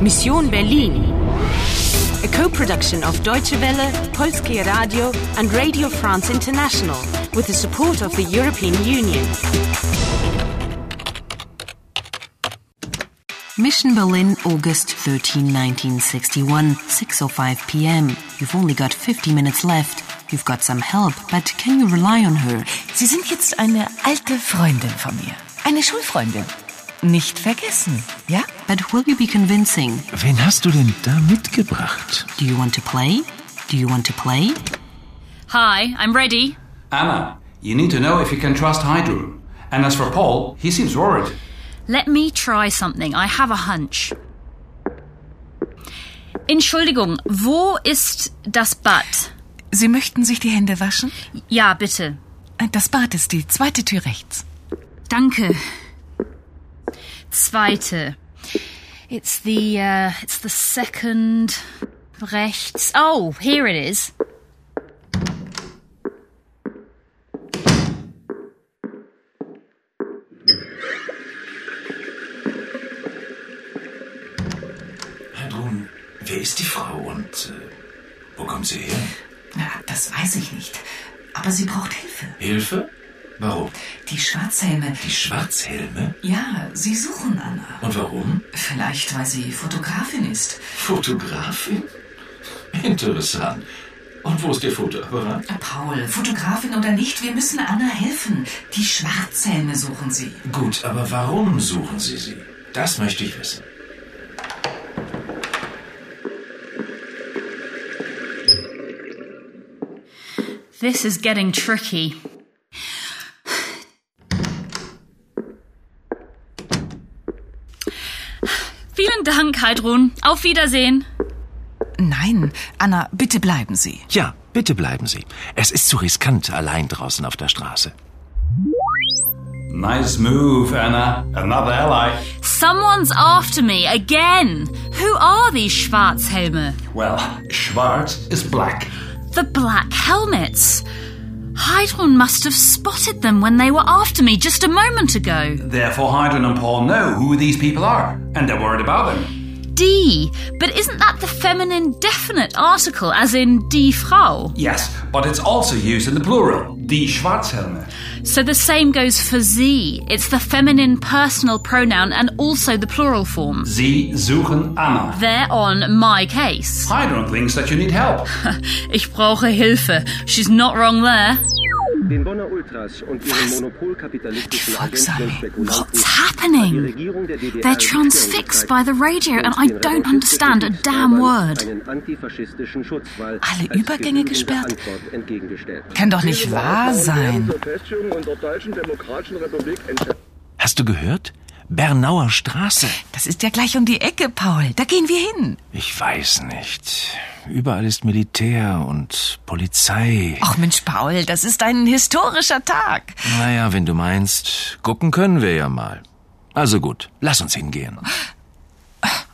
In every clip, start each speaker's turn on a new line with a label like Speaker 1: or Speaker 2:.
Speaker 1: Mission Berlin. A co-production of Deutsche Welle, Polskie Radio and Radio France International with the support of the European Union.
Speaker 2: Mission Berlin, August 13, 1961, 6.05 p.m. You've only got 50 minutes left. You've got some help, but can you rely on her?
Speaker 3: Sie sind jetzt eine alte Freundin von mir. Eine Schulfreundin. Nicht vergessen, ja?
Speaker 2: But will you be convincing?
Speaker 4: Wen hast du denn da mitgebracht?
Speaker 2: Do you want to play? Do you want to play?
Speaker 5: Hi, I'm ready.
Speaker 6: Anna, you need to know if you can trust Hydro. And as for Paul, he seems worried.
Speaker 5: Let me try something. I have a hunch. Entschuldigung, wo ist das Bad?
Speaker 3: Sie möchten sich die Hände waschen? Äh,
Speaker 5: Ja, bitte.
Speaker 3: Das Bad ist die zweite Tür rechts.
Speaker 5: Danke. Zweite. It's the uh, it's the second rechts. Oh, here it is.
Speaker 4: Herr Drun, wer ist die Frau und äh, wo kommt sie her?
Speaker 3: Na, das weiß ich nicht. Aber sie braucht Hilfe.
Speaker 4: Hilfe? Warum?
Speaker 3: Die Schwarzhelme.
Speaker 4: Die Schwarzhelme?
Speaker 3: Ja, sie suchen Anna.
Speaker 4: Und warum?
Speaker 3: Vielleicht, weil sie Fotografin ist.
Speaker 4: Fotografin? Interessant. Und wo ist ihr Fotoapparat?
Speaker 3: Paul, Fotografin oder nicht, wir müssen Anna helfen. Die Schwarzhelme suchen sie.
Speaker 4: Gut, aber warum suchen Sie sie? Das möchte ich wissen.
Speaker 5: This is getting tricky. Vielen Dank, Heidrun. Auf Wiedersehen.
Speaker 3: Nein, Anna, bitte bleiben Sie.
Speaker 4: Ja, bitte bleiben Sie. Es ist zu riskant, allein draußen auf der Straße.
Speaker 6: Nice move, Anna. Another ally.
Speaker 5: Someone's after me again. Who are these Schwarzhelme?
Speaker 6: Well, Schwarz is black.
Speaker 5: The black helmets. Heidrun must have spotted them when they were after me just a moment ago.
Speaker 6: Therefore, Hydron and Paul know who these people are, and they're worried about them.
Speaker 5: D. But isn't that the feminine definite article, as in die Frau?
Speaker 6: Yes, but it's also used in the plural. Die Schwarzhelme.
Speaker 5: So the same goes for sie. It's the feminine personal pronoun and also the plural form.
Speaker 6: Sie suchen Anna.
Speaker 5: They're on my case.
Speaker 6: Hydron thinks that you need help.
Speaker 5: Ich brauche Hilfe. She's not wrong there.
Speaker 7: Den Bonner Ultras und ihren monopolkapitalistischen Agenten und Spekulanten.
Speaker 5: What's happening?
Speaker 7: Regierung der DDR
Speaker 5: They're transfixed by the radio and I don't understand a damn word.
Speaker 7: Einen antifaschistischen Schutzwall
Speaker 3: Alle
Speaker 7: als
Speaker 3: Übergänge
Speaker 7: genügende
Speaker 3: gesperrt?
Speaker 7: Antwort entgegengestellt.
Speaker 3: Kann doch nicht wahr sein.
Speaker 8: Zur Feststellung unserer Deutschen Demokratischen Republik entscheidet.
Speaker 4: Hast du gehört? Bernauer Straße.
Speaker 3: Das ist ja gleich um die Ecke, Paul. Da gehen wir hin.
Speaker 4: Ich weiß nicht. Überall ist Militär und Polizei.
Speaker 3: Ach Mensch, Paul, das ist ein historischer Tag.
Speaker 4: Naja, wenn du meinst, gucken können wir ja mal. Also gut, lass uns hingehen.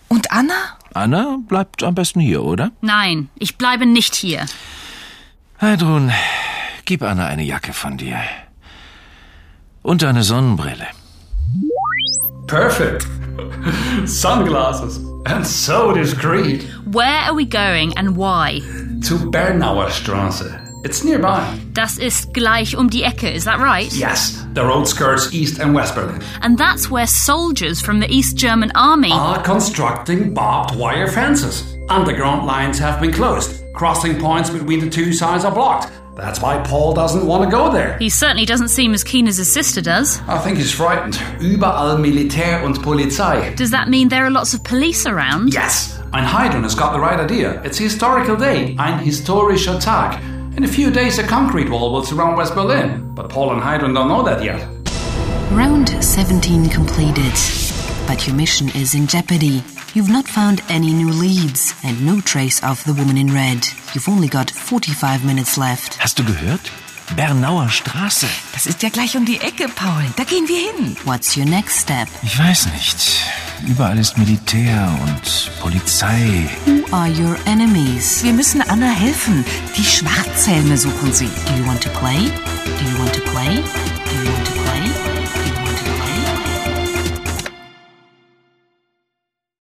Speaker 3: Und Anna?
Speaker 4: Anna bleibt am besten hier, oder?
Speaker 5: Nein, ich bleibe nicht hier.
Speaker 4: Heidrun, gib Anna eine Jacke von dir. Und eine Sonnenbrille.
Speaker 6: Perfect. Sunglasses. And so discreet.
Speaker 5: Where are we going and why?
Speaker 6: To Bernauer Straße. It's nearby.
Speaker 5: Das ist gleich um die Ecke, is that right?
Speaker 6: Yes, the road skirts East and West Berlin.
Speaker 5: And that's where soldiers from the East German Army.
Speaker 6: are constructing barbed wire fences. Underground lines have been closed. Crossing points between the two sides are blocked. That's why Paul doesn't want to go there.
Speaker 5: He certainly doesn't seem as keen as his sister does.
Speaker 6: I think he's frightened. Überall Militär und Polizei.
Speaker 5: Does that mean there are lots of police around?
Speaker 6: Yes, and Heidrun has got the right idea. It's a historical day, ein historischer Tag. In a few days, a concrete wall will surround West Berlin. But Paul and Heidrun don't know that yet.
Speaker 2: Round 17 completed. But your mission is in jeopardy. You've not found any new leads and no trace of the woman in red. You've only got 45 minutes left.
Speaker 4: Hast du gehört? Bernauer Straße.
Speaker 3: Das ist ja gleich um die Ecke, Paul. Da gehen wir hin.
Speaker 2: What's your next step?
Speaker 4: Ich weiß nicht. Überall ist Militär und Polizei.
Speaker 2: Who are your enemies?
Speaker 3: Wir müssen Anna helfen. Die Schwarzhelme suchen sie.
Speaker 2: Do you want to play? Do you want to play? Do you want to play? Do you want to play?